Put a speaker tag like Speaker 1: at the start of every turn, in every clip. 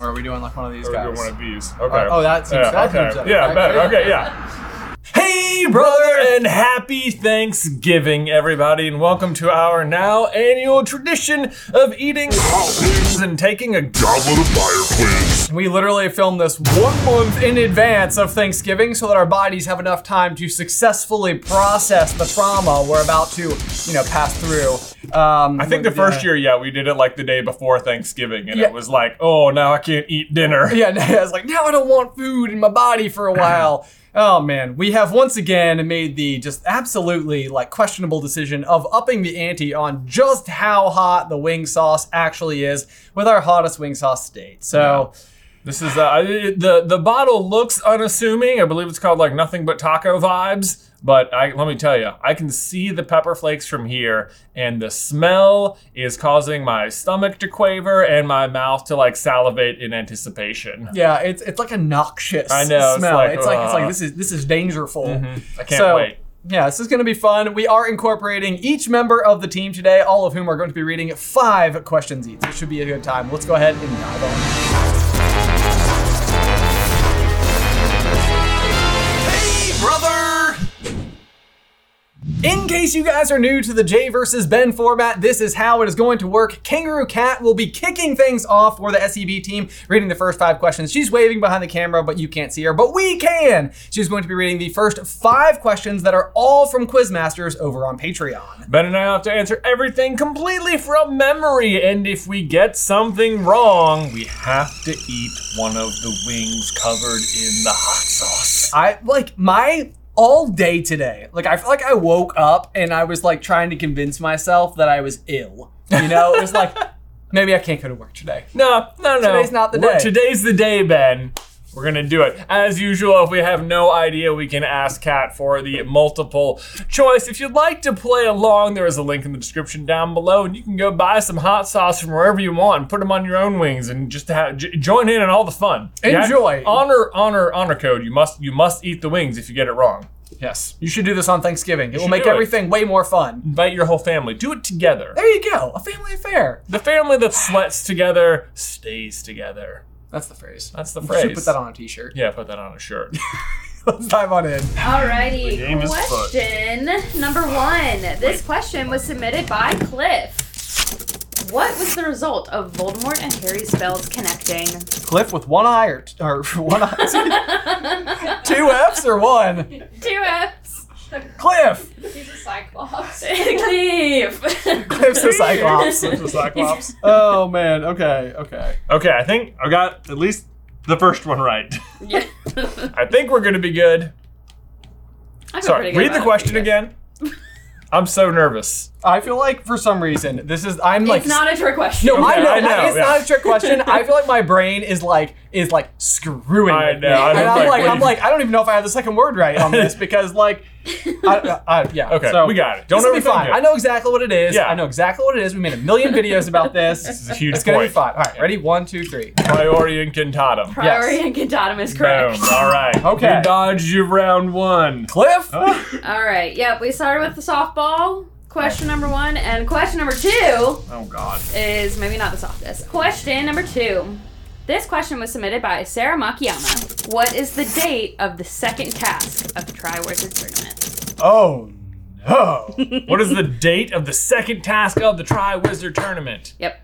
Speaker 1: Or are we doing like one of these
Speaker 2: Or
Speaker 1: guys?
Speaker 2: do one of these. Okay.
Speaker 1: oh, that seems-
Speaker 2: yeah,
Speaker 1: that
Speaker 2: okay.
Speaker 1: seems better.
Speaker 2: Yeah,
Speaker 1: Okay.
Speaker 2: better. Okay, yeah. Hey, brother, and happy Thanksgiving, everybody, and welcome to our now annual tradition of eating and taking a gobble of fire quiz.
Speaker 1: We literally film this one month in advance of Thanksgiving so that our bodies have enough time to successfully process the trauma we're about to, you know, pass through. Um,
Speaker 2: I think the first year, yeah, we did it like the day before Thanksgiving, and
Speaker 1: Yeah.
Speaker 2: it was like, oh, now I can't eat dinner.
Speaker 1: Yeah, and I was like, now I don't want food in my body for a while. Oh man, we have once again made the just absolutely like questionable decision of upping the ante on just how hot the wing sauce actually is with our hottest wing sauce state. So
Speaker 2: This is uh, it- the the bottle looks unassuming. I believe it's called like nothing but taco vibes. But I, let me tell you, I can see the pepper flakes from here, and the smell is causing my stomach to quaver and my mouth to like salivate in anticipation.
Speaker 1: yeah, it's it's like a noxious
Speaker 2: I know, it's
Speaker 1: smell.
Speaker 2: like,
Speaker 1: It's like, it's like
Speaker 2: ugh. Mm-hmm.
Speaker 1: this is this is dangerful.
Speaker 2: I can't
Speaker 1: So,
Speaker 2: wait.
Speaker 1: Yeah, this is going to be fun. We are incorporating each member of the team today, all of whom are going to be reading five questions each. It should be a good time. Let's go ahead and dive on.
Speaker 2: brother.
Speaker 1: In case you guys are new to the Jay versus Ben format, this is how it is going to work. Kangaroo Cat will be kicking things off for the SEB team, reading the first five questions. She's waving behind the camera, but you can't see her, but we can. She's going to be reading the first five questions that are all from Quizmasters over on Patreon.
Speaker 2: Ben and I have to answer everything completely from memory, and if we get something wrong, we have to eat one of the wings covered in the hot sauce.
Speaker 1: I like my all day today. Like I feel like I woke up and I was like trying to convince myself that I was ill. You know, it was like maybe I can't go to work today.
Speaker 2: No, no, no.
Speaker 1: Today's not the
Speaker 2: We're-
Speaker 1: day.
Speaker 2: Today's the day, Ben. We're gonna do it as usual. If we have no idea, we can ask Kat for the multiple choice. If you'd like to play along, there is a link in the description down below, and you can go buy some hot sauce from wherever you want and put them on your own wings, and just have, j- join in on all the fun. Yeah?
Speaker 1: Enjoy.
Speaker 2: Honor, honor, honor code. You must, you must eat the wings if you get it wrong. Yes.
Speaker 1: You should do this on Thanksgiving. It will
Speaker 2: should
Speaker 1: make
Speaker 2: do it.
Speaker 1: everything way more fun.
Speaker 2: Invite your whole family. Do it together.
Speaker 1: There you go, a family affair.
Speaker 2: The family that sweats together stays together.
Speaker 1: That's the phrase.
Speaker 2: That's the
Speaker 1: We
Speaker 2: phrase.
Speaker 1: should put that on a t-shirt.
Speaker 2: Yeah, put that on a shirt.
Speaker 1: Let's dive on in.
Speaker 2: The game
Speaker 3: Alrighty,
Speaker 2: is afoot.
Speaker 3: question number one. This question was submitted by Cliff. What was the result of Voldemort and Harry's spells connecting?
Speaker 1: Cliff with one eye or, t- or one eye. Two F's or one?
Speaker 3: Two F's.
Speaker 1: Cliff!
Speaker 4: He's a cyclops.
Speaker 3: Cliff.
Speaker 1: Cliff's the Cyclops.
Speaker 2: Cliff's the Cyclops.
Speaker 1: Oh man, okay, okay.
Speaker 2: Okay, I think I got at least the first one right.
Speaker 3: Yeah.
Speaker 2: I think we're gonna be good.
Speaker 3: I feel pretty
Speaker 2: Sorry,
Speaker 3: good
Speaker 2: read
Speaker 3: about
Speaker 2: the
Speaker 3: it.
Speaker 2: question again. I'm so nervous.
Speaker 1: I feel like for some reason, this is, I'm like.
Speaker 3: It's not a trick question.
Speaker 1: no, I
Speaker 2: Okay,
Speaker 1: know.
Speaker 2: I know,
Speaker 1: It's
Speaker 2: yeah.
Speaker 1: not a trick question. I feel like my brain is like is like screwing.
Speaker 2: I
Speaker 1: with
Speaker 2: know,
Speaker 1: me.
Speaker 2: I
Speaker 1: and
Speaker 2: don't
Speaker 1: I'm
Speaker 2: like
Speaker 1: like,
Speaker 2: what
Speaker 1: I'm
Speaker 2: you-
Speaker 1: like, I don't even know if I have the second word right on this because like, I, uh, I, I- yeah.
Speaker 2: Okay,
Speaker 1: so
Speaker 2: we got it. Don't
Speaker 1: this will be
Speaker 2: overthink
Speaker 1: fine.
Speaker 2: it.
Speaker 1: I know exactly what it is.
Speaker 2: Yeah.
Speaker 1: I know exactly what it is. We made a million videos about this.
Speaker 2: This is a huge
Speaker 1: It's gonna be
Speaker 2: point.
Speaker 1: fun. All right, ready? One, two, three.
Speaker 2: Priori incantatum.
Speaker 1: Yes.
Speaker 3: Priori and Contatum is correct.
Speaker 2: Boom. All right.
Speaker 1: Okay.
Speaker 2: You dodged your round one.
Speaker 1: Cliff.
Speaker 2: Oh,
Speaker 3: All right. Yep. We started with the softball. Question number one and question number two.
Speaker 2: oh God.
Speaker 3: is maybe not the softest. Question number two. This question was submitted by Sarah Makiyama. What is the date of the second task of the Tri Wizards tournament?
Speaker 1: Oh no.
Speaker 2: What is the date of the second task of the Tri Wizard tournament?
Speaker 3: Yep.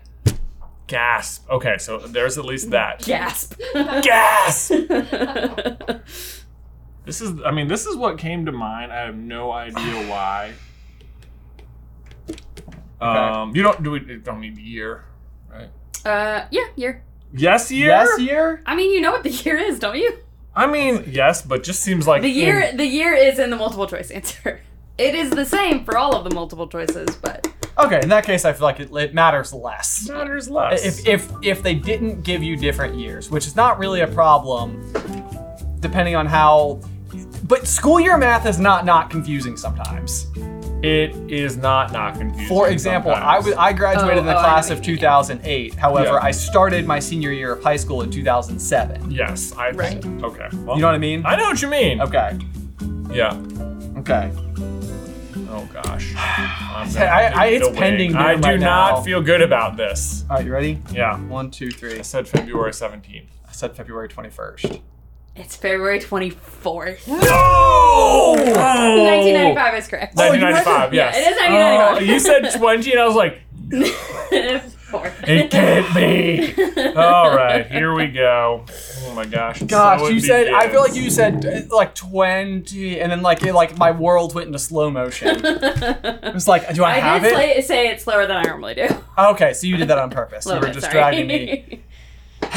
Speaker 2: Gasp. Okay, so there's at least that.
Speaker 3: Gasp.
Speaker 2: Gasp.
Speaker 3: That's
Speaker 2: This is. I mean, this is what came to mind. I have no idea why. Um, you don't do it. Don't need the year, right?
Speaker 3: uh, yeah, year.
Speaker 2: Yes, year.
Speaker 1: yes, year.
Speaker 3: I mean, you know what the year is, don't you? Hmm.
Speaker 2: I mean, yes, but just seems like
Speaker 3: The year.
Speaker 2: in-
Speaker 3: The year is in the multiple choice answer. It is the same for all of the multiple choices, but
Speaker 1: Okay, in that case, I feel like it, it matters less.
Speaker 2: matters less.
Speaker 1: If if if they didn't give you different years, which is not really a problem, depending on how. But school year math is not not confusing sometimes.
Speaker 2: it is not not confusing.
Speaker 1: For example, I
Speaker 2: sometimes.
Speaker 1: was I graduated
Speaker 3: Oh,
Speaker 1: in the
Speaker 3: oh, I
Speaker 1: class
Speaker 3: know
Speaker 1: of
Speaker 3: what you mean.
Speaker 1: 2008. However,
Speaker 2: Yeah.
Speaker 1: I started my senior year of high school in 2007.
Speaker 2: Yes, I.
Speaker 3: Right.
Speaker 2: Okay. well,
Speaker 1: You know what I mean?
Speaker 2: I know what you mean.
Speaker 1: Okay.
Speaker 2: Yeah.
Speaker 1: Okay.
Speaker 2: Oh gosh. I'm
Speaker 1: I-
Speaker 2: gonna
Speaker 1: I-
Speaker 2: need
Speaker 1: it's
Speaker 2: to
Speaker 1: pending
Speaker 2: wait. I
Speaker 1: doom
Speaker 2: do
Speaker 1: right
Speaker 2: not
Speaker 1: now.
Speaker 2: feel good about this.
Speaker 1: All right, you ready?
Speaker 2: Yeah.
Speaker 1: One, two, three.
Speaker 2: I said February 17th.
Speaker 1: I said February 21st.
Speaker 3: It's February 24th.
Speaker 2: No!
Speaker 3: 1995 is correct.
Speaker 1: Oh, you
Speaker 2: 1995,
Speaker 1: read it?
Speaker 2: yes.
Speaker 3: Yeah, it is 1995.
Speaker 2: Oh, you said 20, and I was like,
Speaker 1: Oh,
Speaker 3: Four.
Speaker 2: it can't be. All right, here we go. Oh my gosh. so
Speaker 1: Gosh,
Speaker 2: it
Speaker 1: you said I feel like
Speaker 2: begins.
Speaker 1: you said uh, like 20 and then like it, like my world went into slow motion. It was like, do I,
Speaker 3: I
Speaker 1: have
Speaker 3: did
Speaker 1: it? Oh,
Speaker 3: say, say it slower than I normally do.
Speaker 1: okay, so you did that on purpose. you
Speaker 3: Slow
Speaker 1: were
Speaker 3: bit,
Speaker 1: distracting
Speaker 3: sorry.
Speaker 1: me.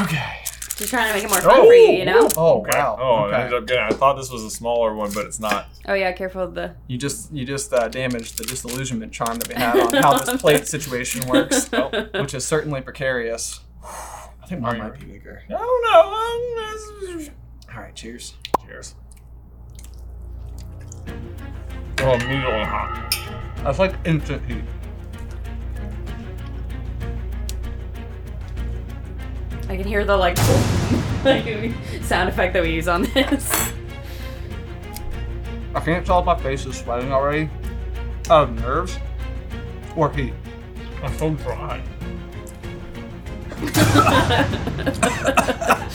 Speaker 1: Okay.
Speaker 3: Just trying to make it more fun for you, you know?
Speaker 1: Oh
Speaker 2: Okay.
Speaker 1: wow.
Speaker 2: Oh, it
Speaker 1: okay.
Speaker 2: ended up good. I thought this was a smaller one, but it's not.
Speaker 3: Oh yeah, careful of the.
Speaker 1: You just you just uh, damaged the disillusionment charm that we had on how this plate situation works,
Speaker 2: Oh.
Speaker 1: which is certainly precarious. I think mine might be bigger.
Speaker 2: I don't know.
Speaker 1: All right, cheers.
Speaker 2: um, Cheers. Oh, immediately hot.
Speaker 1: That's like instant heat.
Speaker 3: I can hear the like, like sound effect that we use on this.
Speaker 1: I can't tell if my face is sweating already out of nerves or heat.
Speaker 2: I'm so dry.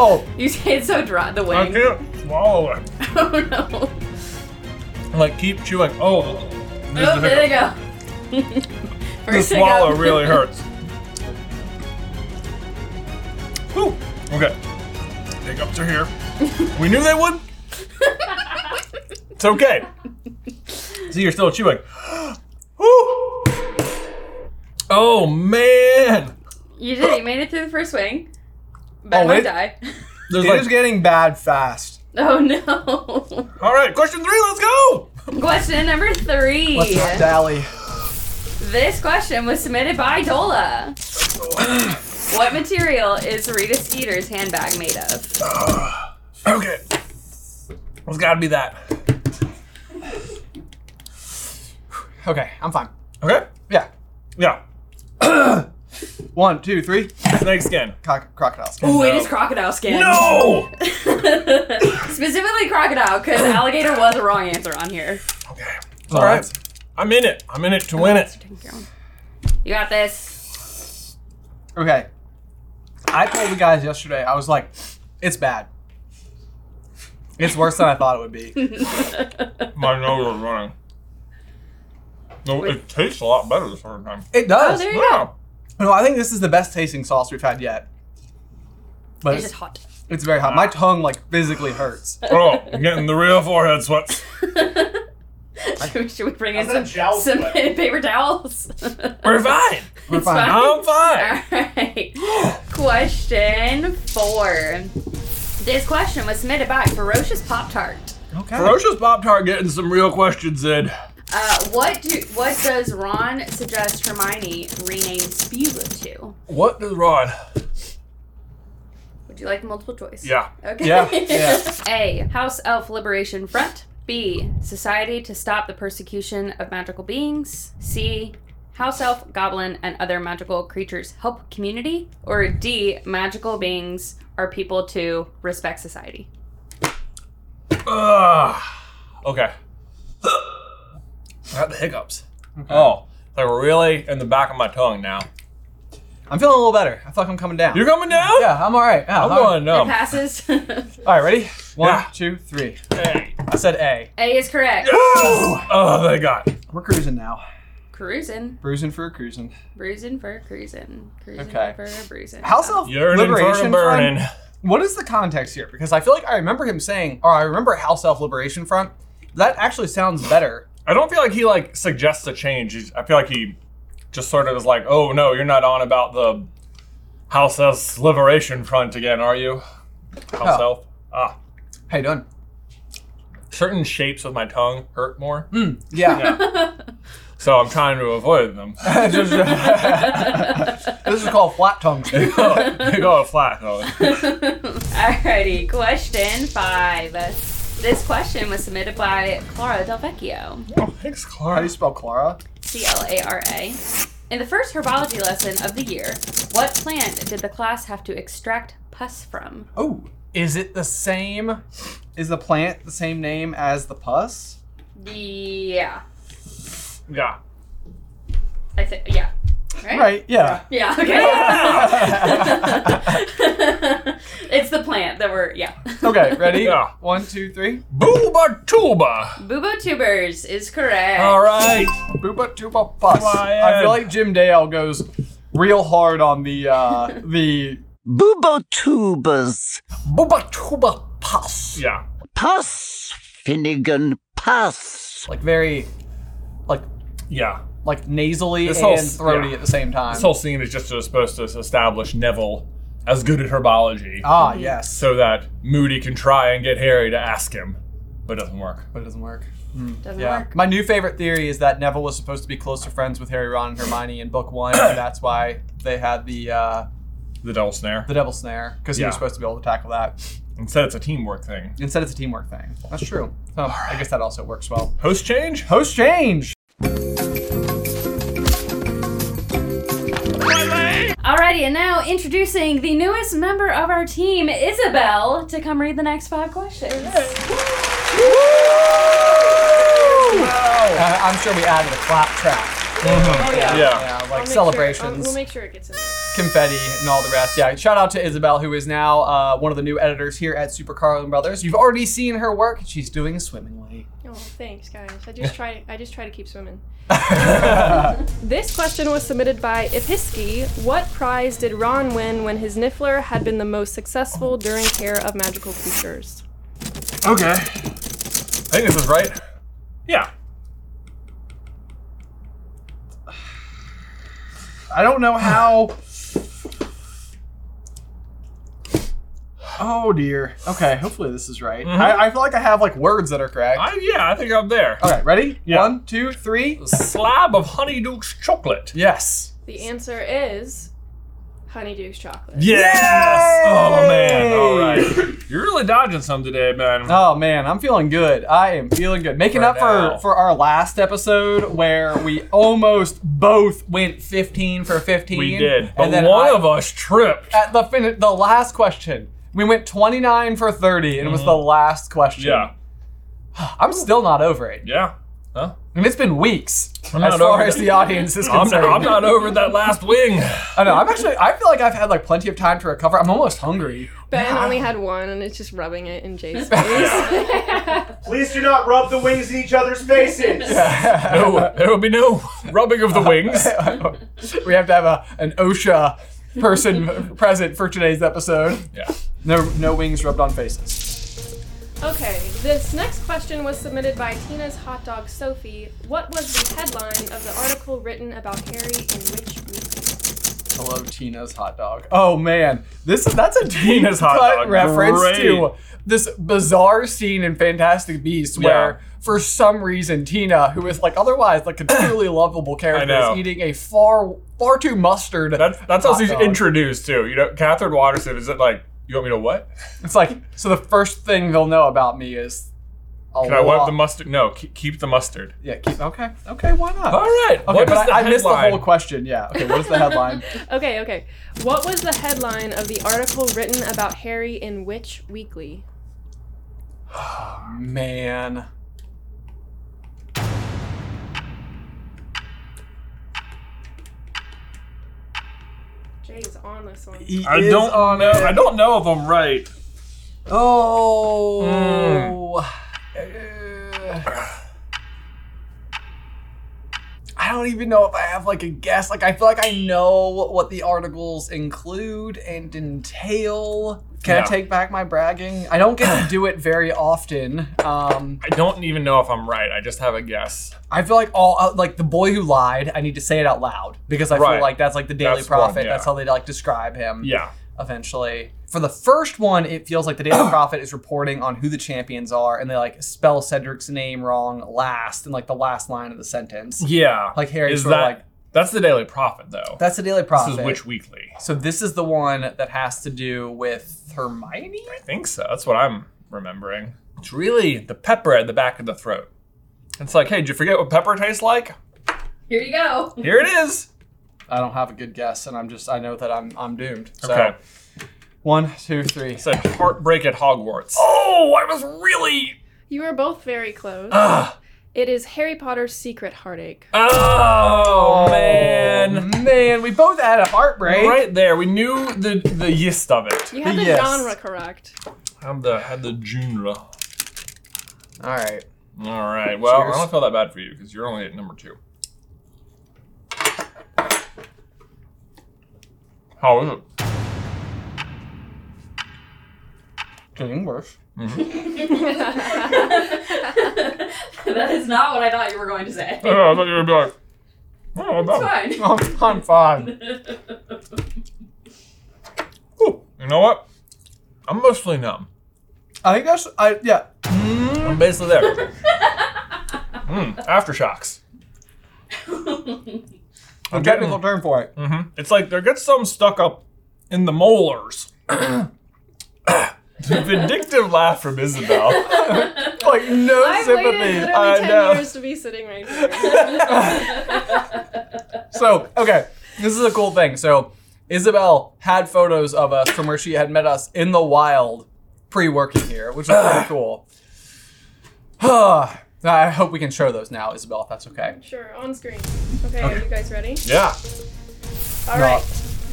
Speaker 1: Oh,
Speaker 3: you say it's so dry. The
Speaker 2: I
Speaker 3: wing.
Speaker 2: can't swallow it.
Speaker 3: Oh no.
Speaker 2: Like keep chewing. Oh, there's
Speaker 3: Oh,
Speaker 2: the
Speaker 3: there they
Speaker 2: hiccup.
Speaker 3: go.
Speaker 2: The
Speaker 3: First hiccup.
Speaker 2: swallow really hurts. Whew. Okay. Hiccups are here. We knew they would. It's okay. See, you're still chewing. Whew. Oh man.
Speaker 3: You did. it. You made it through the first wing. But
Speaker 1: Oh,
Speaker 3: oh, I
Speaker 1: wait.
Speaker 3: die.
Speaker 1: it
Speaker 2: There's
Speaker 1: is
Speaker 2: like,
Speaker 1: getting bad fast.
Speaker 3: Oh no.
Speaker 2: all right, question three, let's go.
Speaker 3: Question number 3
Speaker 1: Let's not dally.
Speaker 3: This question was submitted by Dola. what material is Rita Skeeter's handbag made of?
Speaker 2: Okay. It's gotta be that.
Speaker 1: Okay, I'm fine.
Speaker 2: Okay?
Speaker 1: Yeah.
Speaker 2: Yeah.
Speaker 1: One, two, three.
Speaker 2: Snake skin.
Speaker 1: Croc- crocodile skin.
Speaker 3: Ooh,
Speaker 2: Oh,
Speaker 3: it
Speaker 2: No.
Speaker 3: is crocodile skin.
Speaker 2: No!
Speaker 3: Specifically crocodile, because alligator was the wrong answer on here.
Speaker 2: Okay.
Speaker 1: All right.
Speaker 2: I'm in it. I'm in it to win it.
Speaker 3: You got this.
Speaker 1: Okay. I told the guys yesterday, I was like, it's bad. It's worse than I thought it would be.
Speaker 2: My nose is running. No, it tastes a lot better this first time.
Speaker 1: It
Speaker 3: Oh,
Speaker 1: does.
Speaker 3: there you go.
Speaker 2: Yeah.
Speaker 1: no, I think this is the best tasting sauce we've had yet. But
Speaker 3: It's
Speaker 1: it's,
Speaker 3: just hot.
Speaker 1: it's very hot. My tongue like physically hurts.
Speaker 2: Oh, I'm getting the real forehead sweats.
Speaker 3: should, we, should we bring in
Speaker 4: How's that
Speaker 3: some,
Speaker 4: jowl
Speaker 3: some
Speaker 4: sweat?
Speaker 3: paper towels?
Speaker 2: We're fine.
Speaker 1: We're
Speaker 3: It's
Speaker 1: fine.
Speaker 3: fine.
Speaker 2: I'm fine.
Speaker 3: Alright. question four. This question was submitted by Ferocious Pop Tart.
Speaker 1: Okay.
Speaker 2: Ferocious Pop Tart getting some real questions in.
Speaker 3: Uh, what do what does Ron suggest Hermione rename Spula to?
Speaker 2: What does Ron?
Speaker 3: Would you like multiple choice?
Speaker 2: Yeah.
Speaker 3: Okay.
Speaker 1: Yeah, yeah.
Speaker 3: A. House Elf Liberation Front. B. Society to Stop the Persecution of Magical Beings. C. House Elf, Goblin, and Other Magical Creatures Help Community. Or D. Magical Beings are people to respect society.
Speaker 2: Ugh. Okay. I got the hiccups. Oh, they were really in the back of my tongue now.
Speaker 1: I'm feeling a little better. I feel like I'm coming down.
Speaker 2: You're coming down?
Speaker 1: yeah, I'm all right. Yeah,
Speaker 2: I'm
Speaker 1: all right.
Speaker 2: going numb.
Speaker 3: It passes.
Speaker 1: All right, ready? One,
Speaker 2: Yeah.
Speaker 1: two, three.
Speaker 2: Hey.
Speaker 1: I said A.
Speaker 3: A is correct.
Speaker 2: Oh, oh, they got.
Speaker 1: We're cruising now.
Speaker 3: Cruising.
Speaker 1: Bruising for a cruising.
Speaker 3: Bruising for cruising. Cruising
Speaker 1: Okay.
Speaker 3: for bruising.
Speaker 1: House Elf
Speaker 2: Yearning for
Speaker 1: Liberation
Speaker 2: a burning.
Speaker 1: Front. What is the context here? Because I feel like I remember him saying, or I remember House Elf Liberation Front. That actually sounds better.
Speaker 2: I don't feel like he like suggests a change. He's- I feel like he just sort of is like, "Oh no, you're not on about the House Elf Liberation Front again, are you?" House
Speaker 1: Oh.
Speaker 2: Elf. Ah,
Speaker 1: How you doing?
Speaker 2: certain shapes of my tongue hurt more,
Speaker 1: Hmm, Yeah.
Speaker 2: so I'm trying to avoid them.
Speaker 1: Just- this is called flat tongue.
Speaker 2: they go, they go flat. though.
Speaker 3: Alrighty, question five. This question was submitted by Clara Delvecchio,
Speaker 2: Oh, thanks,
Speaker 1: How do
Speaker 2: Clara.
Speaker 1: you spell Clara?
Speaker 3: C L A R A. In the first herbology lesson of the year, what plant did the class have to extract pus from?
Speaker 1: Oh. Is it the same? Is the plant the same name as the pus?
Speaker 3: Yeah.
Speaker 2: Yeah.
Speaker 3: I think, yeah. Right?
Speaker 1: Right, yeah.
Speaker 3: Yeah, okay. it's the plant that we're, yeah.
Speaker 1: Okay, ready?
Speaker 2: Yeah.
Speaker 1: One, two, three.
Speaker 2: Booba tuba.
Speaker 3: Boobo Tubers is correct.
Speaker 2: All right.
Speaker 1: Booba tuba pus.
Speaker 2: Why,
Speaker 1: I feel
Speaker 2: uh,
Speaker 1: like Jim Dale goes real hard on the uh the
Speaker 4: Boobo tubas.
Speaker 2: Booba tuba.
Speaker 1: pus.
Speaker 2: Yeah.
Speaker 4: Puss, Finnegan, puss.
Speaker 1: Like very like
Speaker 2: Yeah.
Speaker 1: like nasally
Speaker 2: This
Speaker 1: and
Speaker 2: whole s-
Speaker 1: throaty
Speaker 2: yeah.
Speaker 1: at the same time.
Speaker 2: This whole scene is just supposed to establish Neville as good at herbology
Speaker 1: ah, yes.
Speaker 2: so that Moody can try and get Harry to ask him, but it doesn't work.
Speaker 1: but it doesn't work.
Speaker 3: Doesn't
Speaker 1: Yeah.
Speaker 3: work.
Speaker 1: My new favorite theory is that Neville was supposed to be closer friends with Harry, Ron, and Hermione in book one, and that's why they had the uh,
Speaker 2: The double snare.
Speaker 1: the Devil Snare because he was
Speaker 2: Yeah.
Speaker 1: supposed to be able to tackle that.
Speaker 2: Instead, it's a teamwork thing.
Speaker 1: Instead, it's a teamwork thing. That's true. So I guess that also works well.
Speaker 2: Host change?
Speaker 1: Host change.
Speaker 3: Alrighty, and now introducing the newest member of our team, Isabel, to come read the next five questions.
Speaker 1: Uh, I'm sure we added a clap track.
Speaker 5: Oh yeah.
Speaker 2: Yeah.
Speaker 1: Yeah, like
Speaker 5: I'll make sure- I'll-
Speaker 1: celebrations,
Speaker 5: we'll make sure it gets in there.
Speaker 1: confetti, and all the rest. Yeah. Shout out to Isabel, who is now uh, one of the new editors here at Super Carlin Brothers. You've already seen her work. She's doing swimmingly.
Speaker 5: Oh, thanks guys. I just try. I just try to keep swimming. This question was submitted by Ipiski. What prize did Ron win when his Niffler had been the most successful during care of magical creatures?
Speaker 2: Okay. I think this is right. Yeah.
Speaker 1: I don't know how. Oh dear. Okay, hopefully this is right. I, I feel like I have like words that are correct.
Speaker 2: I, yeah, I think I'm there.
Speaker 1: All right, ready?
Speaker 2: Yeah.
Speaker 1: One, two, three.
Speaker 2: Slab of Honeydukes chocolate.
Speaker 1: Yes.
Speaker 5: The answer is Honeydew's chocolate.
Speaker 2: Yes! Oh man!
Speaker 1: Yay!
Speaker 2: All right, you're really dodging some today, man.
Speaker 1: Oh man, I'm feeling good. I am feeling good. Making
Speaker 2: For
Speaker 1: up
Speaker 2: now.
Speaker 1: for for our last episode where we almost both went 15 for 15.
Speaker 2: we did, but
Speaker 1: and then
Speaker 2: one
Speaker 1: I-
Speaker 2: of us tripped.
Speaker 1: at the fin- the last question. We went 29 for 30 and it was the last question.
Speaker 2: Mm-hmm. Yeah,
Speaker 1: I'm still not over it.
Speaker 2: yeah. Huh?
Speaker 1: And it's been weeks
Speaker 2: I'm
Speaker 1: as
Speaker 2: not
Speaker 1: far
Speaker 2: over
Speaker 1: as
Speaker 2: it.
Speaker 1: the audience is
Speaker 2: I'm not,
Speaker 1: concerned.
Speaker 2: I'm not over that last wing.
Speaker 1: I know. I'm actually. I feel like I've had like plenty of time to recover. I'm almost hungry.
Speaker 5: Ben only had one, and it's just rubbing it in Jay's face.
Speaker 6: Please do not rub the wings in each other's faces.
Speaker 2: No, there will be no rubbing of the wings.
Speaker 1: we have to have a an OSHA person present for today's episode.
Speaker 2: Yeah.
Speaker 1: No, no wings rubbed on faces.
Speaker 5: okay, this next question was submitted by Tina's hot dog Sophie. What was the headline of the article written about Harry in which weekly?
Speaker 1: Hello, Tina's hot dog. Oh man, this is that's a Tina's
Speaker 2: hot dog.
Speaker 1: reference to
Speaker 2: Great.
Speaker 1: this bizarre scene in Fantastic Beasts where. For some reason, Tina, who is like otherwise like a truly lovable character,
Speaker 2: know.
Speaker 1: is eating a far far too mustard.
Speaker 2: That's that's how
Speaker 1: hot
Speaker 2: she's
Speaker 1: dog.
Speaker 2: introduced too. You know, Catherine Waterson is it like you want me to what?
Speaker 1: It's like so the first thing they'll know about me is a
Speaker 2: Can I wipe
Speaker 1: lot-
Speaker 2: the mustard? No, keep, keep the mustard.
Speaker 1: Yeah, keep, okay, okay, why not?
Speaker 2: All right.
Speaker 1: Okay,
Speaker 2: what
Speaker 1: but
Speaker 2: was
Speaker 1: I,
Speaker 2: the
Speaker 1: I missed the
Speaker 2: headline?
Speaker 1: whole question. Yeah. Okay, what is the headline?
Speaker 5: Okay, okay. What was the headline of the article written about Harry in which weekly?
Speaker 1: Man.
Speaker 5: Jay's on this one.
Speaker 1: he
Speaker 2: I
Speaker 1: is
Speaker 2: don't
Speaker 1: on
Speaker 2: know.
Speaker 1: it.
Speaker 2: I don't know if I'm right.
Speaker 1: Oh. Uh, I don't even know if I have like a guess. Like I feel like I know what the articles include and entail. Can I
Speaker 2: No.
Speaker 1: take back my bragging? I don't get to do it very often. Um,
Speaker 2: I don't even know if I'm right. I just have a guess.
Speaker 1: I feel like all uh, like the boy who lied. I need to say it out loud because I
Speaker 2: Right.
Speaker 1: feel like that's like the Daily
Speaker 2: That's one,
Speaker 1: Prophet.
Speaker 2: yeah.
Speaker 1: That's how they like describe him.
Speaker 2: Yeah.
Speaker 1: Eventually, for the first one, it feels like the Daily Prophet is reporting on who the champions are, and they like spell Cedric's name wrong last in like the last line of the sentence.
Speaker 2: Yeah.
Speaker 1: Like Harry's
Speaker 2: is
Speaker 1: sort of
Speaker 2: that
Speaker 1: like
Speaker 2: that's the Daily Prophet though.
Speaker 1: that's the Daily Prophet.
Speaker 2: this is which weekly?
Speaker 1: so this is the one that has to do with Hermione.
Speaker 2: I think so. That's what I'm remembering. It's really the pepper at the back of the throat. It's like, hey, did you forget what pepper tastes like?
Speaker 3: Here you go.
Speaker 2: Here it is.
Speaker 1: I don't have a good guess, and I'm just I know that I'm I'm doomed. So
Speaker 2: Okay.
Speaker 1: one, two, three.
Speaker 2: It's like heartbreak at Hogwarts. Oh, I was really.
Speaker 5: You were both very close.
Speaker 2: Ugh.
Speaker 5: It is Harry Potter's Secret Heartache.
Speaker 2: Oh, man.
Speaker 1: man, we both had a heartbreak.
Speaker 2: Right there, we knew the the gist of it.
Speaker 5: You had the
Speaker 1: Yes.
Speaker 5: genre correct.
Speaker 2: I'm the had the genre. All
Speaker 1: All right.
Speaker 2: right. Well,
Speaker 1: Cheers.
Speaker 2: I don't feel that bad for you because you're only at number two. How is it?
Speaker 1: Getting worse.
Speaker 3: that is not what I thought you were going to say.
Speaker 2: I thought you were gonna be like, oh,
Speaker 3: It's
Speaker 2: no.
Speaker 3: fine.
Speaker 1: I'm, I'm fine.
Speaker 2: Ooh, you know what? I'm mostly numb.
Speaker 1: I think that's I yeah.
Speaker 2: I'm basically there. mm, aftershocks.
Speaker 1: A technical term for it.
Speaker 2: Mhm. It's like there gets some stuck up in the molars. the vindictive laugh from Isabel.
Speaker 1: Like no
Speaker 5: I waited
Speaker 1: sympathy.
Speaker 5: literally
Speaker 1: I
Speaker 5: 10
Speaker 1: know.
Speaker 5: years to be sitting right here.
Speaker 1: So okay, this is a cool thing. So Isabel had photos of us from where she had met us in the wild, pre-working here, which was pretty cool. I hope we can show those now, Isabel. If that's okay.
Speaker 5: sure, on screen. Okay, are you guys ready?
Speaker 2: Yeah.
Speaker 5: All
Speaker 1: No.
Speaker 5: right.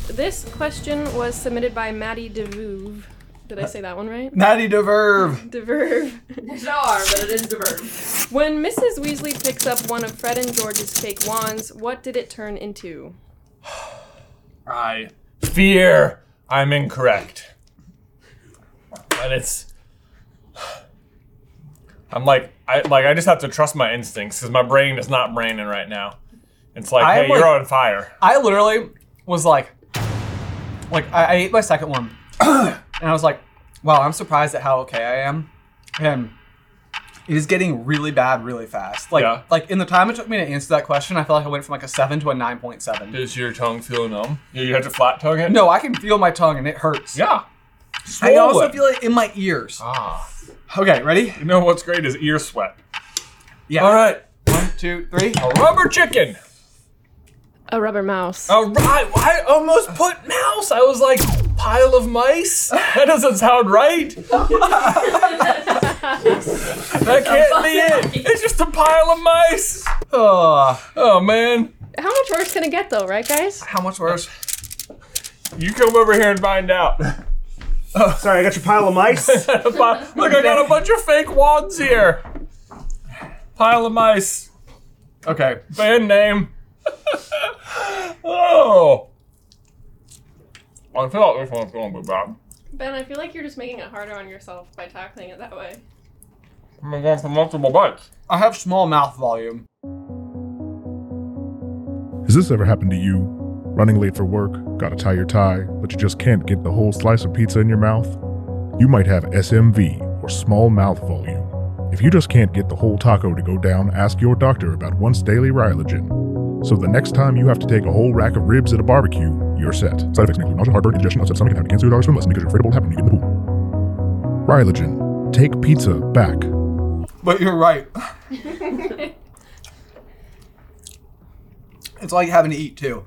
Speaker 5: This question was submitted by Maddie DeVouve. Did
Speaker 1: Uh,
Speaker 5: I say that one right?
Speaker 1: Maddie DeVerve.
Speaker 5: DeVouve.
Speaker 3: There's no R, but it is the verb.
Speaker 5: When Mrs. Weasley picks up one of Fred and George's fake wands, what did it turn into?
Speaker 2: I fear I'm incorrect. But it's I'm like I like I just have to trust my instincts because my brain is not braining right now. It's like,
Speaker 1: I
Speaker 2: hey,
Speaker 1: am, like-
Speaker 2: you're on fire.
Speaker 1: I literally was like, like I, I ate my second one, and I was like, wow, I'm surprised at how okay I am, and it is getting really bad really fast. Like,
Speaker 2: Yeah.
Speaker 1: like in the time it took me to answer that question, I feel like I went from like a seven to a nine point seven.
Speaker 2: Does your tongue feel numb? You- You have to flat tongue it?
Speaker 1: No, I can feel my tongue and it hurts.
Speaker 2: Yeah.
Speaker 1: I also
Speaker 2: Swollen.
Speaker 1: feel it in my ears.
Speaker 2: Ah.
Speaker 1: Uh, Okay, ready?
Speaker 2: You know what's great is ear sweat.
Speaker 1: Yeah.
Speaker 2: All right.
Speaker 1: One, two, three.
Speaker 2: A rubber chicken.
Speaker 5: A rubber mouse.
Speaker 2: A ru- I, I almost put mouse. I was like, pile of mice? That doesn't sound right. that can't be it. It's just a pile of mice.
Speaker 1: Ugh.
Speaker 2: Oh, man.
Speaker 5: How much worse can it get though, right guys?
Speaker 1: how much worse?
Speaker 2: You come over here and find out.
Speaker 6: Sorry, I got your pile of mice.
Speaker 2: Look, I got a bunch of fake wands here. Pile of mice.
Speaker 1: Okay.
Speaker 2: Band name. oh. I feel like this one's going to be bad.
Speaker 5: Ben, I feel like you're just making it harder on yourself by tackling it that way.
Speaker 2: I'm going for multiple bites.
Speaker 1: I have small mouth volume.
Speaker 7: Has this ever happened to you? Running late for work, gotta tie your tie, but you just can't get the whole slice of pizza in your mouth? You might have SMV, or small mouth volume. If you just can't get the whole taco to go down, ask your doctor about once daily Rylogen. So the next time you have to take a whole rack of ribs at a barbecue, you're set. Side effects include nausea, heartburn, indigestion, upset stomach, and having cancer, dogs from lesson because you're afraid it will happen when you get in the pool. Rylogen. Take pizza back.
Speaker 1: But you're right. it's like having to eat too.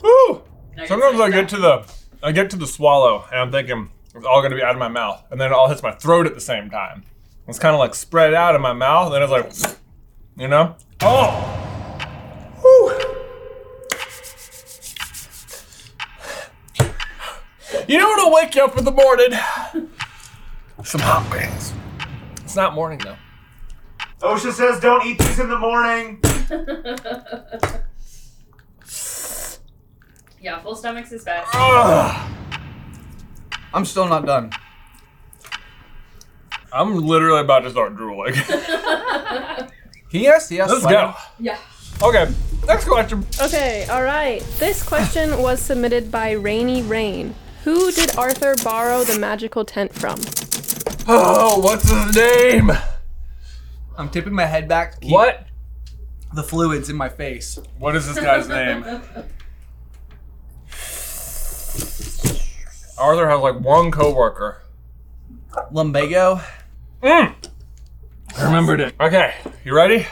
Speaker 2: Whew. Sometimes I get to the I get to the swallow and I'm thinking it's all gonna be out of my mouth, and then it all hits my throat at the same time. It's kind of like spread out in my mouth, and then it's like, you know, oh, Whew. You know what'll wake you up in the morning? Some hot wings. It's not morning though.
Speaker 6: OSHA says don't eat these in the morning.
Speaker 3: Yeah, full stomachs is best.
Speaker 1: Oh,
Speaker 2: Ugh.
Speaker 1: I'm still not done.
Speaker 2: I'm literally about to start drooling.
Speaker 1: Can you guys see us?
Speaker 2: Let's
Speaker 1: sweating?
Speaker 2: go.
Speaker 3: Yeah.
Speaker 2: Okay, next question.
Speaker 5: Okay, all right. This question was submitted by Rainy Rain. Who did Arthur borrow the magical tent from?
Speaker 2: Oh, what's his name?
Speaker 1: I'm tipping my head back to keep
Speaker 2: What?
Speaker 1: the fluids in my face.
Speaker 2: What is this guy's name? Arthur has like one coworker.
Speaker 1: Lumbago?
Speaker 2: Mm. I remembered it. Okay, you ready?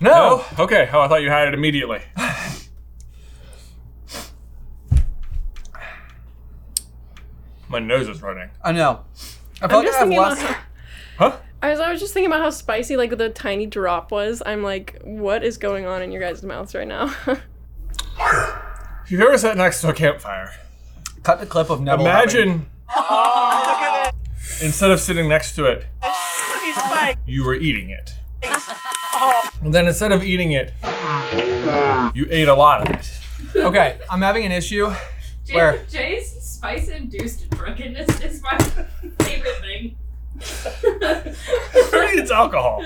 Speaker 1: No.
Speaker 2: Okay. Oh, I thought you had it immediately. My nose is running.
Speaker 1: I know. I
Speaker 5: I'm
Speaker 1: felt like
Speaker 5: just
Speaker 1: I have
Speaker 5: thinking about
Speaker 1: less.
Speaker 5: how,
Speaker 2: Huh?
Speaker 5: I was, I was just thinking about how spicy like the tiny drop was. I'm like, what is going on in your guys' mouths right now?
Speaker 2: If you've ever sat next to a campfire,
Speaker 1: Cut the clip of Neville.
Speaker 2: imagine
Speaker 1: having-
Speaker 2: instead of sitting next to it, you were eating it. And then instead of eating it, you ate a lot of it.
Speaker 1: Okay, I'm having an issue.
Speaker 8: Jay-
Speaker 1: Where?
Speaker 8: Jay's spice induced drunkenness is my favorite thing.
Speaker 2: For me, it's alcohol.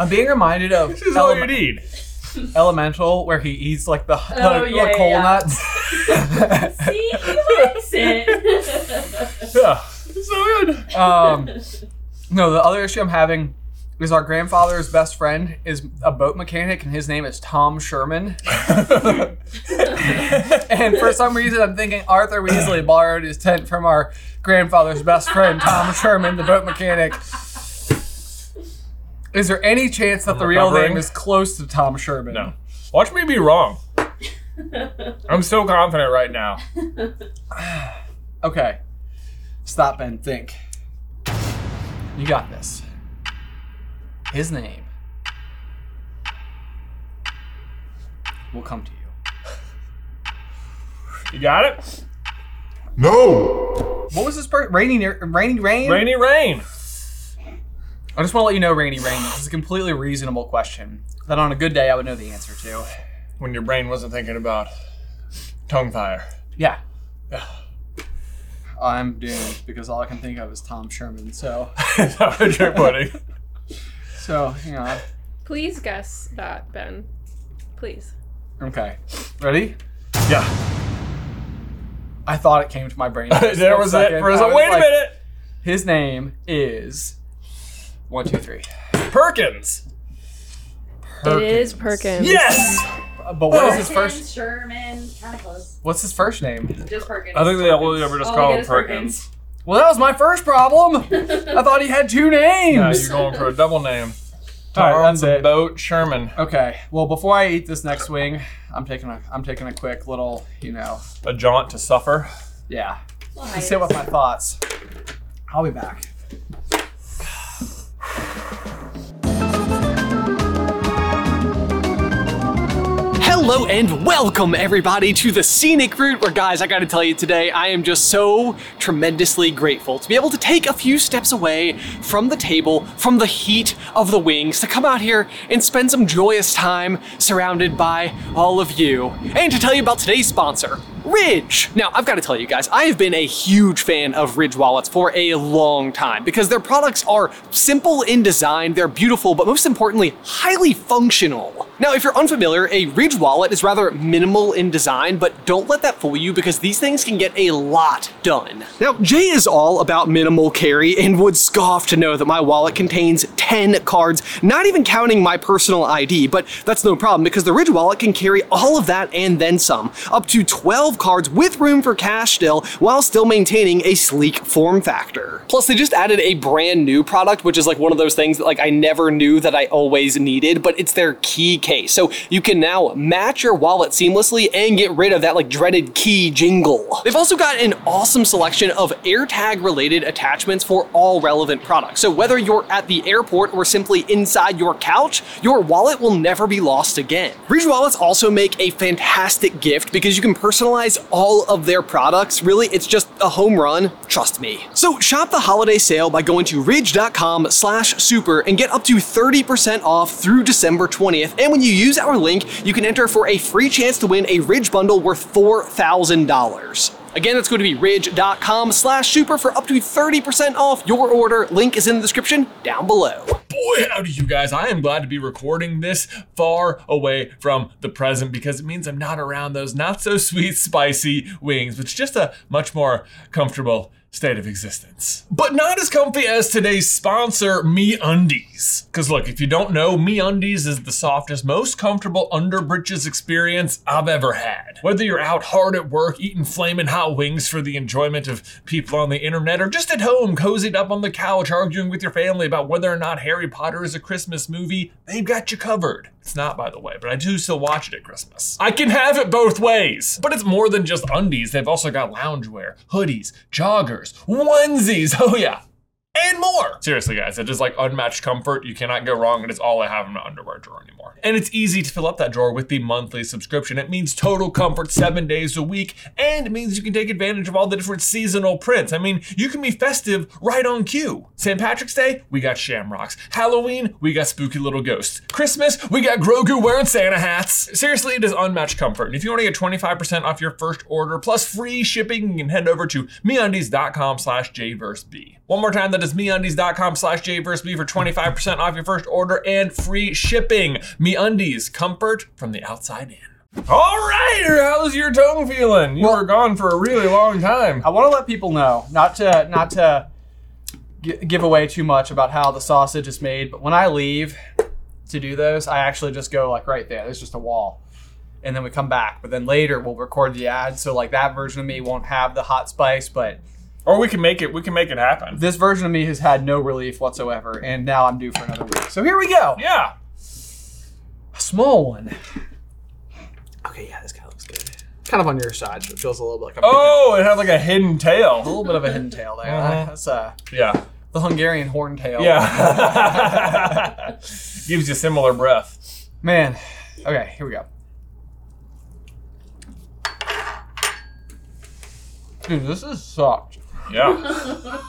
Speaker 1: I'm being reminded of
Speaker 2: This is all you
Speaker 1: Elem-
Speaker 2: need.
Speaker 1: Elemental, where he eats like the, the,
Speaker 8: Oh,
Speaker 1: the
Speaker 8: yeah, yeah,
Speaker 1: coal
Speaker 8: yeah.
Speaker 1: nuts.
Speaker 8: See, he likes it.
Speaker 2: Yeah. So good.
Speaker 1: um, no, the other issue I'm having is our grandfather's best friend is a boat mechanic, and his name is Tom Sherman. and for some reason, I'm thinking Arthur Weasley borrowed his tent from our grandfather's best friend, Tom Sherman, the boat mechanic. Is there any chance that the real
Speaker 2: recovering.
Speaker 1: name is close to Tom Sherman?
Speaker 2: No. Watch me be wrong. I'm so confident right now.
Speaker 1: Okay. Stop and think. You got this. His name will come to you.
Speaker 2: You got it?
Speaker 7: No!
Speaker 1: What was this person? Rainy, Ner- Rainy Rain?
Speaker 2: Rainy rain.
Speaker 1: I just want to let you know, Rainy Rain, this is a completely reasonable question that on a good day I would know the answer to.
Speaker 2: When your brain wasn't thinking about tongue fire.
Speaker 1: Yeah. I'm doomed because all I can think of is Tom Sherman. So,
Speaker 2: Is that what you're putting?
Speaker 1: so hang on.
Speaker 5: Please guess that, Ben. Please.
Speaker 1: Okay. Ready?
Speaker 2: Yeah.
Speaker 1: I thought it came to my brain.
Speaker 2: there
Speaker 1: One
Speaker 2: was it.
Speaker 1: second.
Speaker 2: For a
Speaker 1: I
Speaker 2: second.
Speaker 1: was
Speaker 2: Wait a
Speaker 1: like,
Speaker 2: minute.
Speaker 1: His name is one, two, three.
Speaker 2: Perkins.
Speaker 5: It is Perkins.
Speaker 2: Yes!
Speaker 1: Uh, But what is his
Speaker 8: Perkins,
Speaker 1: first?
Speaker 8: Sherman, kind of close.
Speaker 1: What's his first name?
Speaker 8: Just Perkins.
Speaker 2: I think they all ever just
Speaker 8: All we
Speaker 2: call
Speaker 8: get
Speaker 2: him
Speaker 8: is
Speaker 2: Perkins.
Speaker 1: Well, that was my first problem. I thought he had two
Speaker 2: Yeah,
Speaker 1: names.
Speaker 2: Uh, you're going for a double name.
Speaker 1: All right, that's
Speaker 2: Tom's a
Speaker 1: it.
Speaker 2: boat Sherman.
Speaker 1: Okay. Well, before I eat this next wing, I'm taking a I'm taking a quick little, you know,
Speaker 2: A jaunt to suffer.
Speaker 1: yeah,
Speaker 8: Little
Speaker 1: to
Speaker 8: hiatus.
Speaker 1: sit with my thoughts. I'll be back.
Speaker 9: Hello and welcome everybody to the scenic route where guys I gotta tell you today I am just so tremendously grateful to be able to take a few steps away from the table from the heat of the wings to come out here and spend some joyous time surrounded by all of you and to tell you about today's sponsor Ridge. Now, I've got to tell you guys, I have been a huge fan of Ridge wallets for a long time because their products are simple in design, they're beautiful, but most importantly, highly functional. Now, if you're unfamiliar, a Ridge wallet is rather minimal in design, but don't let that fool you because these things can get a lot done. Now, Jay is all about minimal carry and would scoff to know that my wallet contains 10 cards, not even counting my personal ID, but that's no problem because the Ridge wallet can carry all of that and then some, up to 12 cards with room for cash still, while still maintaining a sleek form factor. Plus, they just added a brand new product, which is like one of those things that like I never knew that I always needed, but it's their key case. So you can now match your wallet seamlessly and get rid of that like dreaded key jingle. They've also got an awesome selection of AirTag related attachments for all relevant products. So whether you're at the airport or simply inside your couch, your wallet will never be lost again. Ridge wallets also make a fantastic gift because you can personalize all of their products. Really, it's just a home run, trust me. So shop the holiday sale by going to ridge.com slash super and get up to 30% off through December 20th. And when you use our link, you can enter for a free chance to win a Ridge bundle worth $4,000. Again, that's going to be ridge.com slash super for up to 30% off your order. Link is in the description down below.
Speaker 2: Boy, howdy, you guys. I am glad to be recording this far away from the present because it means I'm not around those not so sweet, spicy wings, which is just a much more comfortable state of existence. But not as comfy as today's sponsor, Me Undies. Because look, if you don't know, Me Undies is the softest, most comfortable underbritches experience I've ever had. Whether you're out hard at work, eating flaming hot wings for the enjoyment of people on the internet, or just at home, cozied up on the couch, arguing with your family about whether or not Harry Potter is a Christmas movie, they've got you covered. It's not, by the way, but I do still watch it at Christmas. I can have it both ways! But it's more than just undies, they've also got loungewear, hoodies, joggers, onesies, oh yeah
Speaker 1: and more.
Speaker 2: Seriously, guys, it is like unmatched comfort. You cannot go wrong. It is all I have in my underwear drawer anymore. And it's easy to fill up that drawer with the monthly subscription. It means total comfort seven days a week, and it means you can take advantage of all the different seasonal prints. I mean, you can be festive right on cue. St. Patrick's Day, we got shamrocks. Halloween, we got spooky little ghosts. Christmas, we got Grogu wearing Santa hats. Seriously, it is unmatched comfort. And if you want to get 25% off your first order plus free shipping, you can head over to meundies.com slash jverseb. One more time, that is meundies.com slash jverseb for 25% off your first order and free shipping. Meundies, comfort from the outside in. All right, how's your tongue feeling? You were gone for a really long time.
Speaker 1: I want to let people know, not to not to gi- give away too much about how the sausage is made, but when I leave to do those, I actually just go like right there. There's just a wall. And then we come back, but then later we'll record the ad. So like that version of me won't have the hot spice, but
Speaker 2: Or we can make it. We can make it happen.
Speaker 1: this version of me has had no relief whatsoever, and now I'm due for another week. So here we go.
Speaker 2: Yeah.
Speaker 1: A small one.
Speaker 9: Okay, yeah, this kind of looks good. Kind of on your side, so it feels a little bit like I'm
Speaker 2: Oh, it had like a hidden
Speaker 1: A
Speaker 2: tail.
Speaker 1: little bit of a hidden tail there.
Speaker 9: Uh-huh.
Speaker 2: Mhm.
Speaker 1: That's uh,
Speaker 2: Yeah.
Speaker 1: the Hungarian horn tail.
Speaker 5: Oh.
Speaker 2: Yeah. Gives you similar breath.
Speaker 1: Man. Okay, here we go. Dude, this is sucked.
Speaker 2: Yeah.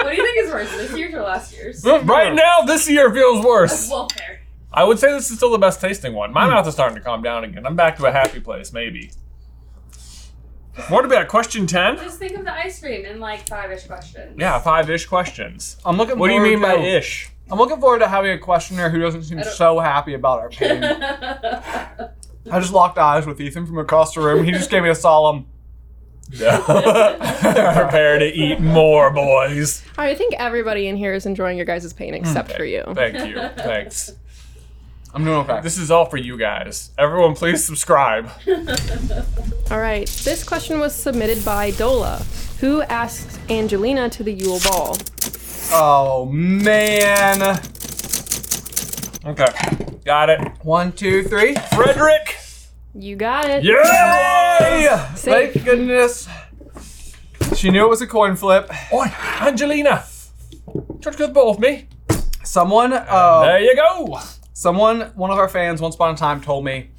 Speaker 8: What do you think is worse, this year's or last year's?
Speaker 2: right now, this year feels worse.
Speaker 8: Well, fair.
Speaker 2: I would say this is still the best tasting one.
Speaker 5: Hmm.
Speaker 2: My mouth is starting to calm down again. I'm back to a happy place, maybe. What about question 10?
Speaker 8: Just think of the ice cream in like five ish questions.
Speaker 2: Yeah, five ish questions.
Speaker 1: I'm looking.
Speaker 2: What do you
Speaker 1: forward
Speaker 2: mean by
Speaker 1: to-
Speaker 2: ish?
Speaker 1: I'm looking forward to having a questioner who doesn't seem
Speaker 8: I don't-
Speaker 1: so happy about our pain. I just locked eyes with Ethan from across the room. He just gave me a solemn.
Speaker 2: Prepare to eat more, boys.
Speaker 5: I think everybody in here is enjoying your guys' pain except for you.
Speaker 2: Thank you. Thanks.
Speaker 1: I'm doing okay.
Speaker 2: This is all for you guys. Everyone, please subscribe.
Speaker 5: All right. This question was submitted by Dola, who asked Angelina to the Yule Ball.
Speaker 1: oh man.
Speaker 2: Okay. Got it.
Speaker 1: One, two, three.
Speaker 2: Frederick.
Speaker 5: You got it.
Speaker 2: Yay!
Speaker 1: Hey!
Speaker 5: Safe.
Speaker 1: Thank goodness. She knew it was a coin flip.
Speaker 2: Oi, Angelina. Try to get the ball with me.
Speaker 1: Someone, uh,
Speaker 2: There you go.
Speaker 1: someone, one of our fans, once upon a time, told me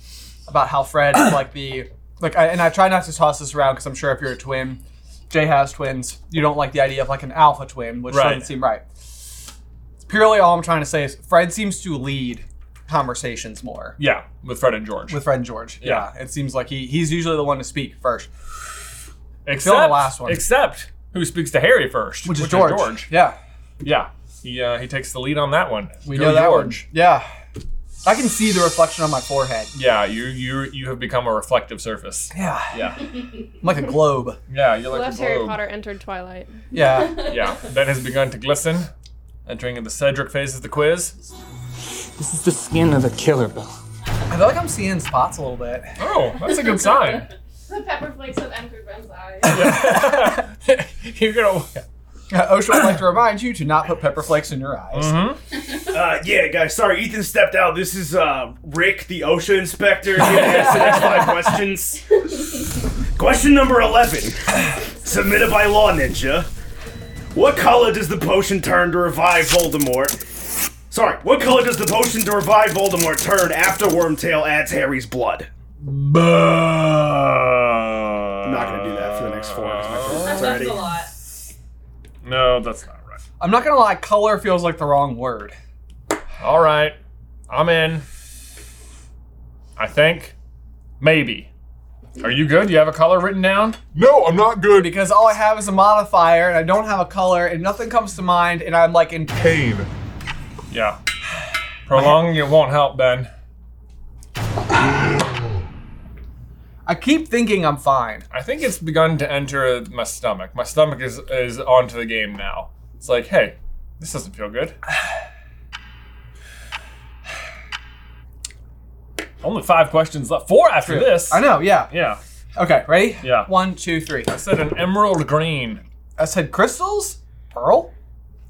Speaker 1: about how Fred is like the like, I, and I try not to toss this around because I'm sure if you're a twin, Jay has twins, you don't like the idea of like an alpha twin, which
Speaker 2: Right.
Speaker 1: doesn't seem right. Purely, all I'm trying to say is Fred seems to lead conversations more
Speaker 2: Yeah, with Fred and George.
Speaker 1: with Fred and George.
Speaker 2: Yeah.
Speaker 1: it seems like he he's usually the one to speak first,
Speaker 2: except
Speaker 1: the last one.
Speaker 2: Except who speaks to Harry first,
Speaker 1: which is George. Yeah,
Speaker 2: Yeah, he uh, he takes the lead on that one.
Speaker 1: we
Speaker 2: Go
Speaker 1: know that one.
Speaker 2: George.
Speaker 1: Yeah, I can see the reflection on my forehead.
Speaker 2: Yeah, you you you have become a reflective surface.
Speaker 1: Yeah,
Speaker 2: Yeah,
Speaker 1: I'm like a globe.
Speaker 2: yeah, you're like
Speaker 5: Left
Speaker 2: a
Speaker 5: Harry
Speaker 2: globe.
Speaker 5: Potter, entered Twilight.
Speaker 1: Yeah.
Speaker 2: Yeah, that has begun to glisten. Entering into the Cedric phase of the quiz.
Speaker 4: This is the skin of a killer bell.
Speaker 1: I feel like I'm seeing spots a little bit.
Speaker 2: Oh, that's a good sign.
Speaker 8: The pepper flakes have entered Ben's eyes.
Speaker 2: you're gonna.
Speaker 1: Uh, OSHA would like to remind you to not put pepper flakes in your eyes.
Speaker 2: Mm-hmm.
Speaker 6: Uh, yeah, guys. Sorry, Ethan stepped out. This is uh, Rick, the OSHA inspector. Here to answer the next five questions. Question number eleven, submitted by Law Ninja. What color does the potion turn to revive Voldemort? Sorry, what color does the potion to revive Voldemort turn after Wormtail adds Harry's blood? I'm not gonna do that for the next four. 'cause my favorite's
Speaker 8: That's
Speaker 6: already.
Speaker 8: a lot.
Speaker 2: No, that's not right.
Speaker 1: I'm not gonna lie, color feels like the wrong word.
Speaker 2: All right, I'm in. I think, maybe. Are you good? You have a color written down?
Speaker 7: No, I'm not good.
Speaker 1: Because all I have is a modifier and I don't have a color and nothing comes to mind and I'm like in
Speaker 7: Pain.
Speaker 2: Yeah. Prolonging it won't help, Ben.
Speaker 1: I keep thinking I'm fine.
Speaker 2: I think it's begun to enter my stomach. My stomach is is onto the game now. It's like, hey, this doesn't feel good. Only five questions left. Four after this.
Speaker 1: I know, yeah.
Speaker 2: Yeah.
Speaker 1: Okay, ready?
Speaker 2: Yeah.
Speaker 1: One, two, three.
Speaker 2: I said an emerald green.
Speaker 1: I said crystals? Pearl?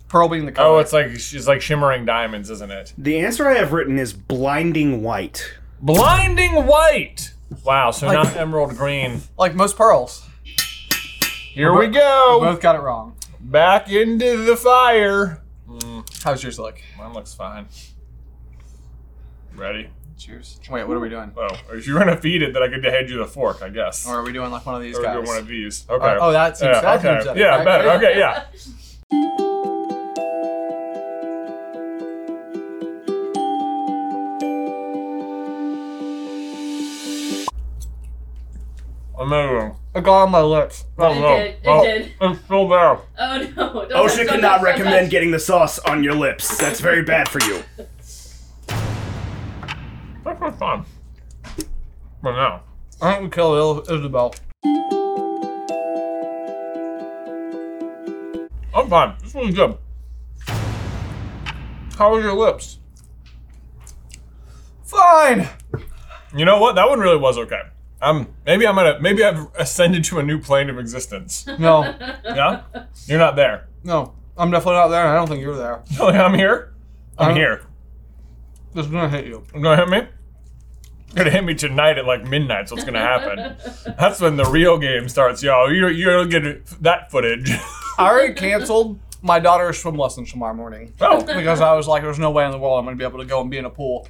Speaker 1: Pearl being the color.
Speaker 2: Oh, it's like it's like shimmering diamonds, isn't it?
Speaker 6: The answer I have written is blinding white.
Speaker 2: Blinding white. Wow. So
Speaker 1: Like-
Speaker 2: not emerald green.
Speaker 1: like most pearls.
Speaker 2: Here we go.
Speaker 1: Both got it wrong.
Speaker 2: Back into the fire.
Speaker 1: How's yours look?
Speaker 2: Mine looks fine. Ready?
Speaker 9: Cheers.
Speaker 1: Wait, what are we doing?
Speaker 2: Oh, if you're gonna feed it, then I could hand you the fork, I guess.
Speaker 1: Or are we doing like one of these
Speaker 2: Or
Speaker 1: guys?
Speaker 2: do one of these. Okay.
Speaker 1: oh, that seems-
Speaker 2: yeah,
Speaker 1: that
Speaker 2: okay.
Speaker 1: seems better.
Speaker 2: Yeah,
Speaker 1: Okay.
Speaker 2: better. Okay, yeah. Amazing.
Speaker 1: I got on my lips.
Speaker 2: Oh,
Speaker 8: It
Speaker 2: no.
Speaker 8: did, it
Speaker 2: oh,
Speaker 8: did.
Speaker 2: It's still there.
Speaker 8: Oh no. Don't touch,
Speaker 6: OSHA
Speaker 8: don't
Speaker 6: cannot
Speaker 8: touch, don't
Speaker 6: recommend
Speaker 8: touch.
Speaker 6: getting the sauce on your lips. That's very bad for you.
Speaker 2: That's not fun. But now.
Speaker 1: I think we killed Isabel.
Speaker 2: I'm fine. This one's good. How are your lips?
Speaker 1: Fine.
Speaker 2: You know what? That one really was okay. Um, maybe I'm gonna. Maybe I've ascended to a new plane of existence.
Speaker 1: No,
Speaker 2: Yeah, you're not there.
Speaker 1: no, I'm definitely not there. and I don't think you're there.
Speaker 2: I'm here. I'm
Speaker 1: Uh,
Speaker 2: here.
Speaker 1: This is gonna hit you.
Speaker 2: You gonna hit me? You're gonna hit me tonight at like midnight. So what's gonna happen? That's when the real game starts, y'all. You you don't get that footage.
Speaker 1: I already canceled my daughter's swim lessons tomorrow morning
Speaker 2: oh,
Speaker 1: because I was like, "There's no way in the world I'm gonna be able to go and be in a pool."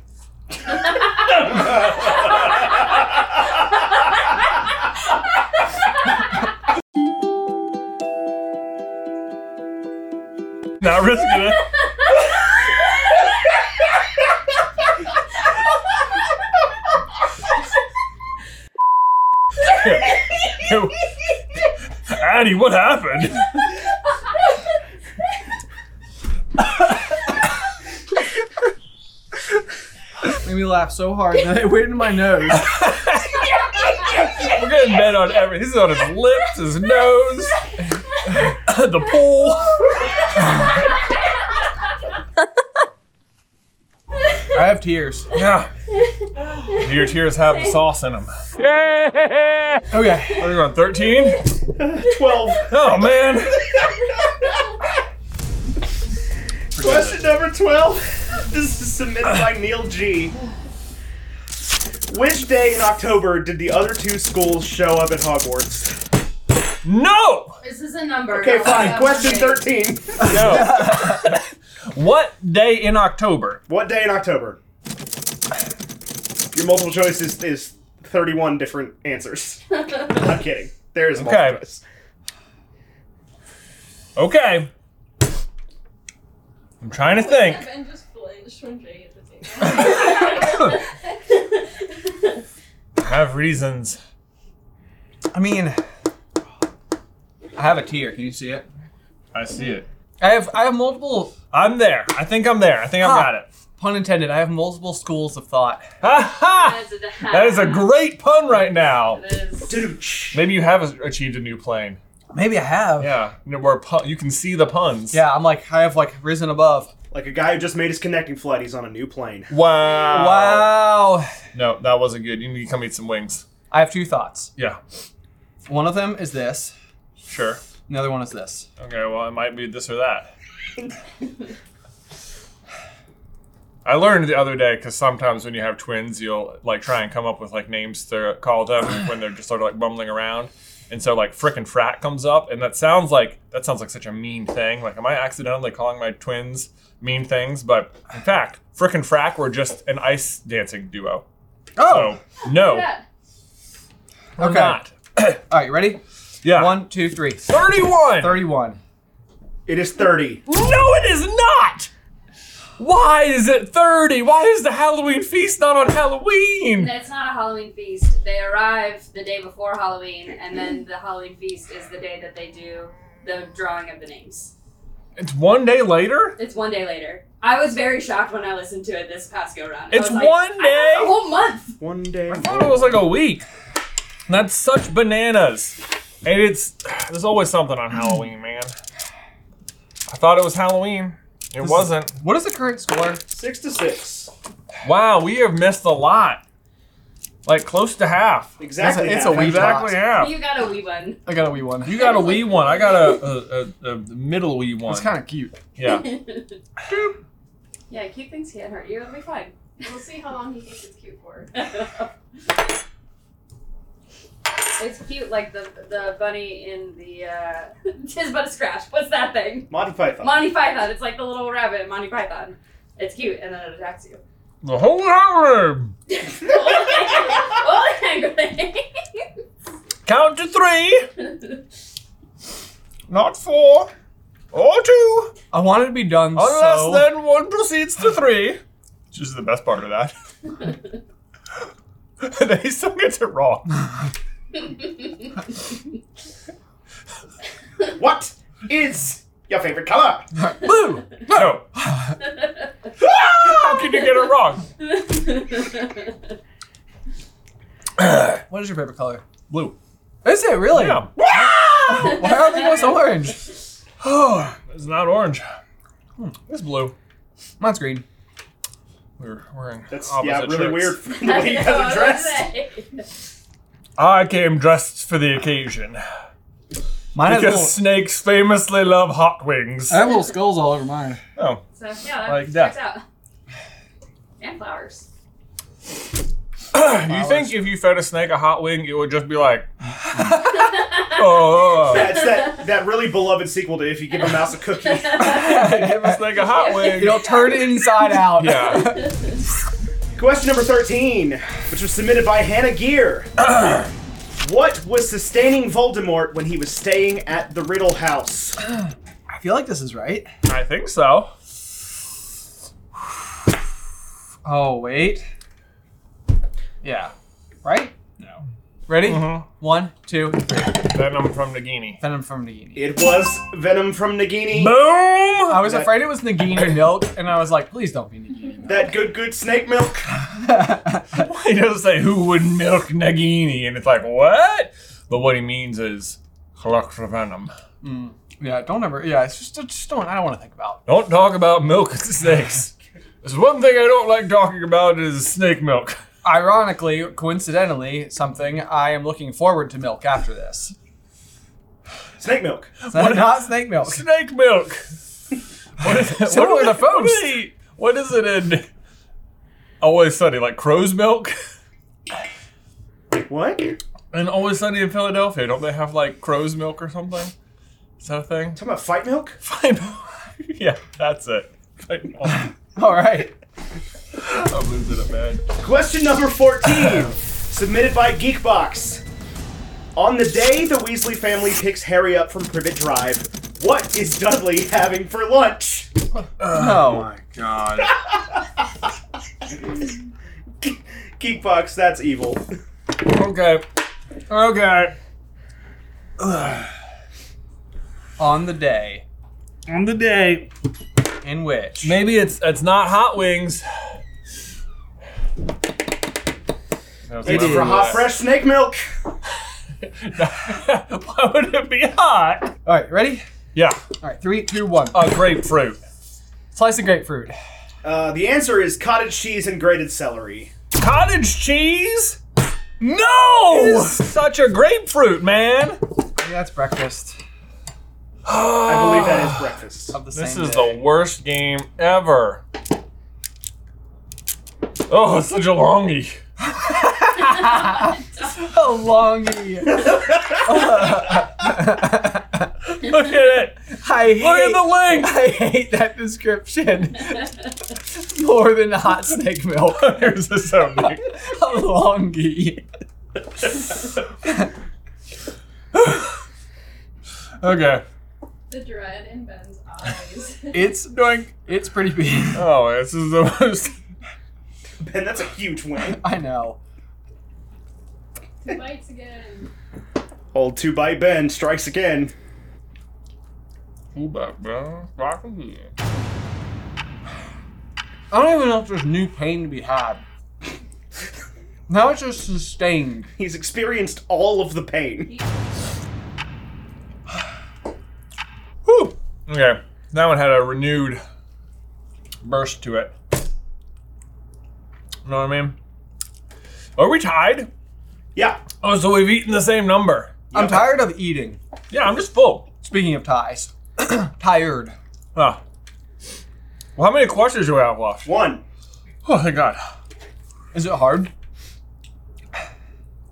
Speaker 2: not risking it. Addie, what happened?
Speaker 1: Made me laugh so hard that it went in my nose.
Speaker 2: We're getting bent on everything. This is on his lips, his nose, the pool.
Speaker 1: I have tears.
Speaker 2: Yeah. Your tears have the sauce in them.
Speaker 1: Okay.
Speaker 2: What are you on, 13?
Speaker 6: Twelve.
Speaker 2: Oh, man.
Speaker 6: Question number 12. This is submitted by Neil G. Which day in October did the other two schools show up at Hogwarts?
Speaker 2: No!
Speaker 8: This is a number.
Speaker 6: Okay,
Speaker 3: Uh,
Speaker 8: Oh,
Speaker 6: fine.
Speaker 8: yeah,
Speaker 6: Question
Speaker 8: okay.
Speaker 6: 13.
Speaker 2: No. what day in October?
Speaker 6: What day in October? Your multiple choice is, is 31 different answers. I'm kidding. There is a multiple
Speaker 2: Okay.
Speaker 6: choice.
Speaker 2: Okay. I'm trying to think.
Speaker 8: Ben just flinched from Jay at the table.
Speaker 2: I have reasons.
Speaker 1: I mean, I have a tear. Can you see it?
Speaker 2: I see it.
Speaker 1: I have I have multiple
Speaker 2: I'm there. I think I'm there. I think I've
Speaker 1: Huh.
Speaker 2: got it.
Speaker 1: pun intended. I have multiple schools of thought.
Speaker 2: Ha ha!
Speaker 8: That is a-
Speaker 2: That is a great pun right now.
Speaker 8: That is-
Speaker 2: Maybe you have achieved a new plane.
Speaker 1: Maybe I have.
Speaker 2: Yeah, you know, where pun- you can see the puns.
Speaker 1: Yeah, I'm like I have like risen above.
Speaker 6: Like a guy who just made his connecting flight, he's on a new plane.
Speaker 2: Wow.
Speaker 1: Wow.
Speaker 2: No, that wasn't good. You need to come eat some wings.
Speaker 1: I have two thoughts.
Speaker 2: Yeah,
Speaker 1: One of them is this.
Speaker 2: sure.
Speaker 1: The other one is this.
Speaker 2: Okay, well, it might be this or that. I learned the other day because sometimes when you have twins, you'll like try and come up with like names to call them when they're just sort of like bumbling around. And so like frick and frat comes up, and that sounds like that sounds like such a mean thing. Like, am I accidentally calling my twins mean things? But in fact, frick and frack were just an ice dancing duo.
Speaker 1: Oh.
Speaker 2: So no,
Speaker 8: Yeah.
Speaker 2: we're
Speaker 1: okay.
Speaker 2: not.
Speaker 1: All right. You ready?
Speaker 2: Yeah,
Speaker 1: One, two, three.
Speaker 2: thirty-one.
Speaker 1: Thirty-one.
Speaker 6: It is 30.
Speaker 2: No, it is not! Why is it 30? Why is the Halloween feast not on Halloween?
Speaker 8: That's not a Halloween feast. They arrive the day before Halloween, and then the Halloween feast is the day that they do the drawing of the names.
Speaker 2: It's one day later?
Speaker 8: It's one day later. I was very shocked when I listened to it this past go round. I
Speaker 2: It's
Speaker 8: was like,
Speaker 2: one
Speaker 8: I have
Speaker 2: day?
Speaker 8: A whole month.
Speaker 6: One day.
Speaker 2: I thought it was like a week. That's such bananas. And it's. There's always something on Halloween, man. I thought it was Halloween. It wasn't.
Speaker 1: What is the current score?
Speaker 6: Six to six.
Speaker 2: Wow, we have missed a lot. Like close to half.
Speaker 6: Exactly.
Speaker 1: It's a- it's a
Speaker 6: half.
Speaker 1: wee-
Speaker 2: Exactly half.
Speaker 8: You got a wee one.
Speaker 1: I got a wee one.
Speaker 2: You got a wee one. I got a, a, a, a middle wee one.
Speaker 1: It's kind of cute.
Speaker 2: yeah.
Speaker 8: Yeah, cute things can't hurt you. It'll be fine.
Speaker 5: We'll see how long he thinks it's cute for.
Speaker 8: That's It's cute, like the the bunny in the uh, tis but a scratch. What's that thing?
Speaker 6: Monty Python.
Speaker 8: Monty Python. It's like the little rabbit in Monty Python. It's cute, and then it attacks you.
Speaker 2: The whole room.
Speaker 8: oh, angry.
Speaker 2: Count to three. Not four. Or two.
Speaker 1: I wanted to be done
Speaker 2: Unless
Speaker 1: so.
Speaker 2: then one proceeds to three. Which is the best part of that. and he still gets it wrong.
Speaker 6: What is your favorite color?
Speaker 2: Blue! No. How can you get it wrong?
Speaker 1: what is your favorite color?
Speaker 2: Blue.
Speaker 1: Is it really?
Speaker 2: Yeah.
Speaker 1: Why are the most orange? Oh,
Speaker 2: It's not orange. Hmm, It's blue.
Speaker 1: mine's green.
Speaker 2: We're wearing
Speaker 6: That's
Speaker 2: opposite
Speaker 6: yeah, really
Speaker 2: shirts.
Speaker 6: weird the way you guys are dressed.
Speaker 2: I came dressed for the occasion
Speaker 1: Mine has
Speaker 2: because
Speaker 1: little,
Speaker 2: snakes famously love hot wings.
Speaker 4: I have little skulls all over mine.
Speaker 2: oh,
Speaker 8: So yeah,
Speaker 2: Like
Speaker 8: like
Speaker 2: that.
Speaker 8: that. checks out. And flowers.
Speaker 2: do you think if you fed a snake a hot wing, it would just be like, oh,
Speaker 6: That's that, that really beloved sequel to If You Give a Mouse a Cookie.
Speaker 2: give a snake a hot wing?
Speaker 1: you know, turn it inside out.
Speaker 2: Yeah.
Speaker 6: Question number 13, which was submitted by Hannah Gear. what was sustaining Voldemort when he was staying at the Riddle House?
Speaker 1: I feel like this is right.
Speaker 2: I think so.
Speaker 1: Oh wait. Yeah. Mm-hmm. Right.
Speaker 2: No.
Speaker 1: Ready? One, two, three.
Speaker 2: Then I'm from Nagini.
Speaker 1: Venom from Nagini.
Speaker 6: It was Venom from Nagini.
Speaker 2: Boom!
Speaker 1: I was afraid it was Nagini milk, and I was like, please don't be Nagini milk.
Speaker 6: That good, good snake milk.
Speaker 2: He doesn't say who would milk Nagini, and it's like what? But what he means is cluck for venom.
Speaker 1: yeah, don't ever. Yeah, it's just, just don't. I don't want to think about.
Speaker 2: Don't talk about milk and snakes. There's one thing I don't like talking about is snake milk.
Speaker 1: Ironically, coincidentally, something I am looking forward to milk after this.
Speaker 6: Snake milk.
Speaker 1: Is that not snake milk?
Speaker 2: Snake milk. What is it?
Speaker 1: Similar
Speaker 2: what
Speaker 1: to
Speaker 2: is it- what
Speaker 1: Phoebs.
Speaker 2: is it- What is it in? Always sunny, like crow's milk.
Speaker 6: What?
Speaker 2: And always sunny in Philadelphia, don't they have like crow's milk or something? Is that a thing?
Speaker 6: Talking about fight milk?
Speaker 2: Fine. yeah, that's it. Fine. I'll-
Speaker 1: All right.
Speaker 2: I'm losing it, man.
Speaker 6: Question number 14, submitted by Geekbox. On the day the Weasley family picks Harry up from Privet Drive, what is Dudley having for lunch?
Speaker 2: Oh
Speaker 1: No.
Speaker 2: God.
Speaker 6: Geekbox, that's evil.
Speaker 2: Okay. Okay.
Speaker 1: On the day
Speaker 2: On the day.
Speaker 1: in which
Speaker 2: Maybe it's it's not hot wings.
Speaker 6: It's for hot, fresh snake milk.
Speaker 2: Why would it be hot?
Speaker 1: All right, ready?
Speaker 2: Yeah,
Speaker 1: All right, three, two, one. Uh,
Speaker 2: a grapefruit.
Speaker 1: Slice of grapefruit.
Speaker 6: Uh, the answer is cottage cheese and grated celery.
Speaker 2: Cottage cheese? No! Such a grapefruit, man.
Speaker 1: Yeah, that's breakfast
Speaker 6: I believe that
Speaker 2: Ah.
Speaker 6: is breakfast.
Speaker 1: of the
Speaker 2: This
Speaker 1: same
Speaker 2: is
Speaker 1: day.
Speaker 2: the worst game ever. Oh, it's such a longie.
Speaker 1: a longie.
Speaker 2: Look at it.
Speaker 1: I hate,
Speaker 2: Look at the link.
Speaker 1: I hate that description more than hot snake milk.
Speaker 2: Here's the sound.
Speaker 1: A longie.
Speaker 2: Okay.
Speaker 8: The dread in Ben's eyes.
Speaker 1: It's doing. It's pretty big.
Speaker 2: Oh, this is the most.
Speaker 6: Ben, that's a huge win.
Speaker 1: I know.
Speaker 8: Two bites again.
Speaker 6: Old two by Ben strikes again.
Speaker 2: Who back, bro? Rock again.
Speaker 1: I don't even know if there's new pain to be had. Now it's just sustained.
Speaker 6: He's experienced all of the pain.
Speaker 2: Whew. Okay. That one had a renewed burst to it. You know what I mean? Are we tied?
Speaker 6: Yeah.
Speaker 2: Oh, so we've eaten the same number.
Speaker 1: I'm tired of eating.
Speaker 2: Yeah, I'm just full.
Speaker 1: Speaking of ties, tired.
Speaker 2: Ah. Well, how many questions do we have left?
Speaker 6: One.
Speaker 2: Oh, thank God.
Speaker 1: Is it hard?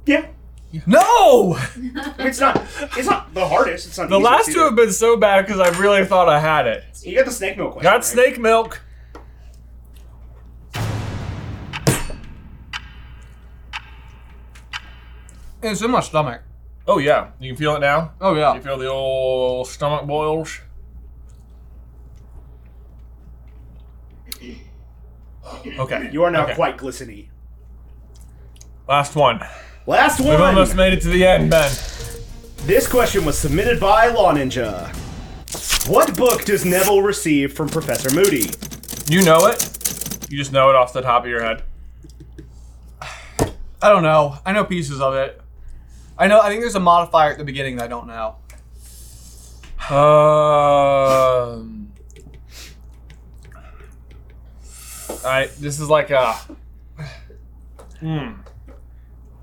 Speaker 6: Yeah.
Speaker 1: No!
Speaker 6: It's not. It's not the hardest. It's not
Speaker 2: The
Speaker 6: easiest
Speaker 2: last two
Speaker 6: either.
Speaker 2: have been so bad because I really thought I had it.
Speaker 6: You got the snake milk. Question,
Speaker 2: Got
Speaker 6: right?
Speaker 2: snake milk.
Speaker 1: It's in my stomach.
Speaker 2: Oh yeah, you can feel it now.
Speaker 1: Oh yeah.
Speaker 2: You feel the old stomach boils. Okay,
Speaker 6: You are now
Speaker 2: Okay.
Speaker 6: quite glisteny.
Speaker 2: last one.
Speaker 6: Last
Speaker 2: We've
Speaker 6: one.
Speaker 2: almost made it to the end, Ben.
Speaker 6: This question was submitted by Law Ninja. What book does Neville receive from Professor Moody?
Speaker 2: You know it. You just know it off the top of your head.
Speaker 1: I don't know. I know pieces of it. I know. I think there's a modifier at the beginning that I don't know.
Speaker 2: Um. All right, this is like a.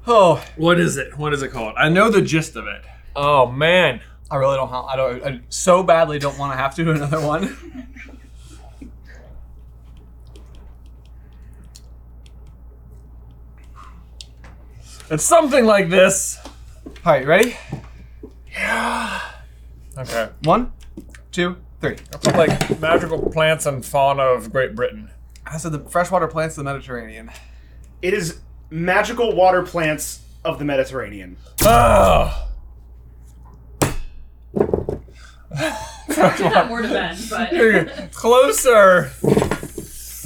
Speaker 1: Oh,
Speaker 2: What is it? What is it called? I know the gist of it. Oh man.
Speaker 1: I really don't. ha- I don't. I so badly don't want to have to do another one.
Speaker 2: It's something like this.
Speaker 1: All right, you ready?
Speaker 2: Okay.
Speaker 1: One, two, three.
Speaker 2: It's like magical plants and fauna of Great Britain.
Speaker 1: I said the freshwater plants of the Mediterranean.
Speaker 6: It is magical water plants of the Mediterranean.
Speaker 2: Oh.
Speaker 8: Not more to Ben, but
Speaker 2: Closer.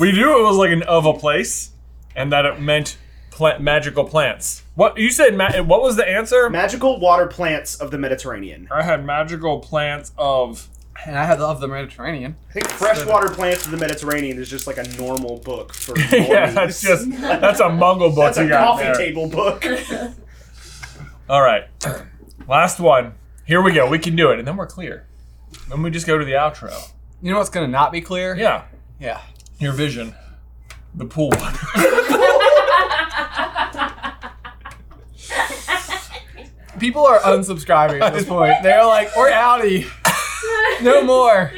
Speaker 2: We knew it was like an of a place, and that it meant plant, magical plants. What you said? Ma- what was the answer?
Speaker 6: Magical water plants of the Mediterranean.
Speaker 2: I had magical plants of.
Speaker 1: And I had love the Mediterranean.
Speaker 6: I think freshwater plants of the Mediterranean is just like a normal book for
Speaker 2: yeah,
Speaker 6: normies.
Speaker 2: that's just that's a mungle book
Speaker 6: that's
Speaker 2: you
Speaker 6: a
Speaker 2: got
Speaker 6: coffee
Speaker 2: there.
Speaker 6: table book.
Speaker 2: All right, last one. Here we go. We can do it, and then we're clear. Then we just go to the outro.
Speaker 1: You know what's gonna not be clear?
Speaker 2: Yeah,
Speaker 1: Yeah.
Speaker 2: your vision, the pool one.
Speaker 1: People are unsubscribing at this point. They're like, we're outie. No more.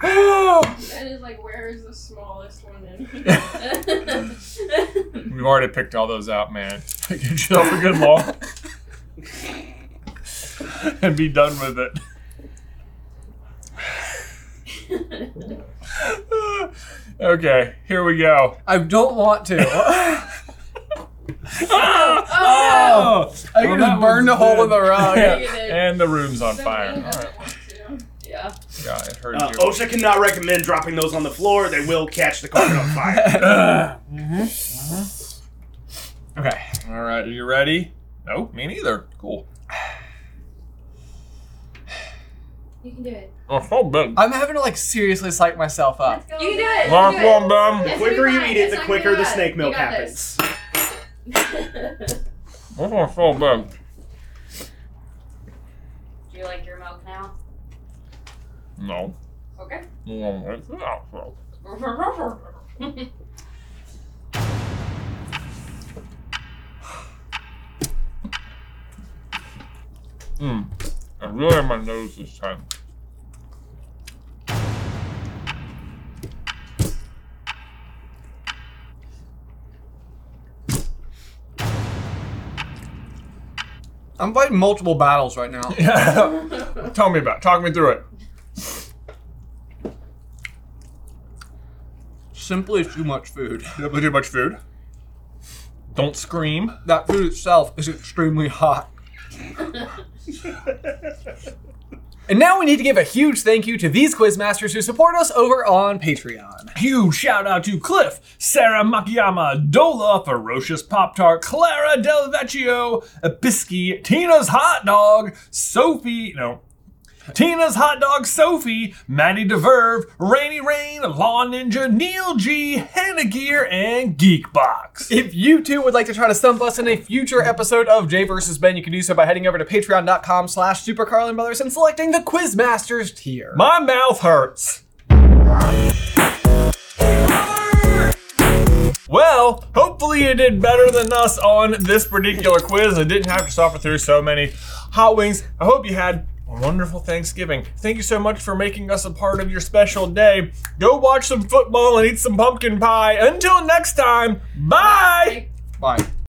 Speaker 8: Ben is like, where is the smallest one in?
Speaker 2: We've already picked all those out, man. Get yourself a good law. and be done with it. okay, here we go.
Speaker 1: I don't want to. oh,
Speaker 2: Oh!
Speaker 1: I can just burn a hole in the rug.
Speaker 2: And the room's on fire. All right.
Speaker 8: yeah.
Speaker 2: God, it hurt
Speaker 6: Uh,
Speaker 2: you.
Speaker 6: OSHA cannot recommend dropping those on the floor. They will catch the carpet on fire.
Speaker 1: oh, Okay.
Speaker 2: All right, are you ready? No, me neither. Cool.
Speaker 8: You can do it.
Speaker 2: Oh, so big.
Speaker 1: I'm having to like seriously psych myself up.
Speaker 8: You can do it.
Speaker 2: Last one, Ben.
Speaker 6: The quicker you eat it, the quicker the snake milk
Speaker 8: You got this.
Speaker 6: happens.
Speaker 2: This one's so big.
Speaker 8: Do you like your milk now?
Speaker 2: No.
Speaker 8: Okay.
Speaker 2: Mm, it's not so. Mm. I really have my nose this time.
Speaker 1: I'm fighting multiple battles right now.
Speaker 2: Yeah. Tell me about. it. Talk me through it.
Speaker 1: Simply too much food.
Speaker 2: Simply too much food. Don't scream.
Speaker 1: That food itself is extremely hot. and now we need to give a huge thank you to these quizmasters who support us over on Patreon.
Speaker 2: Huge shout out to Cliff, Sarah Makiyama, Dola, Ferocious Pop Tart, Clara Del Vecchio, Episky, Tina's Hot Dog, Sophie, no, Tina's Hot Dog Sophie, Maddie DeVerve, Rainy Rain, Law Ninja, Neil G, Hannah Gear, and Geekbox.
Speaker 1: If you too would like to try to stump us in a future episode of Jay vs. Ben, you can do so by heading over to patreon.com slash supercarlinbrothers and selecting the Quizmasters tier.
Speaker 2: My mouth hurts. Well, hopefully you did better than us on this particular quiz and didn't have to suffer through so many hot wings. I hope you had a wonderful Thanksgiving. Thank you so much for making us a part of your special day. Go watch some football and eat some pumpkin pie. Until next time, bye.
Speaker 1: Bye.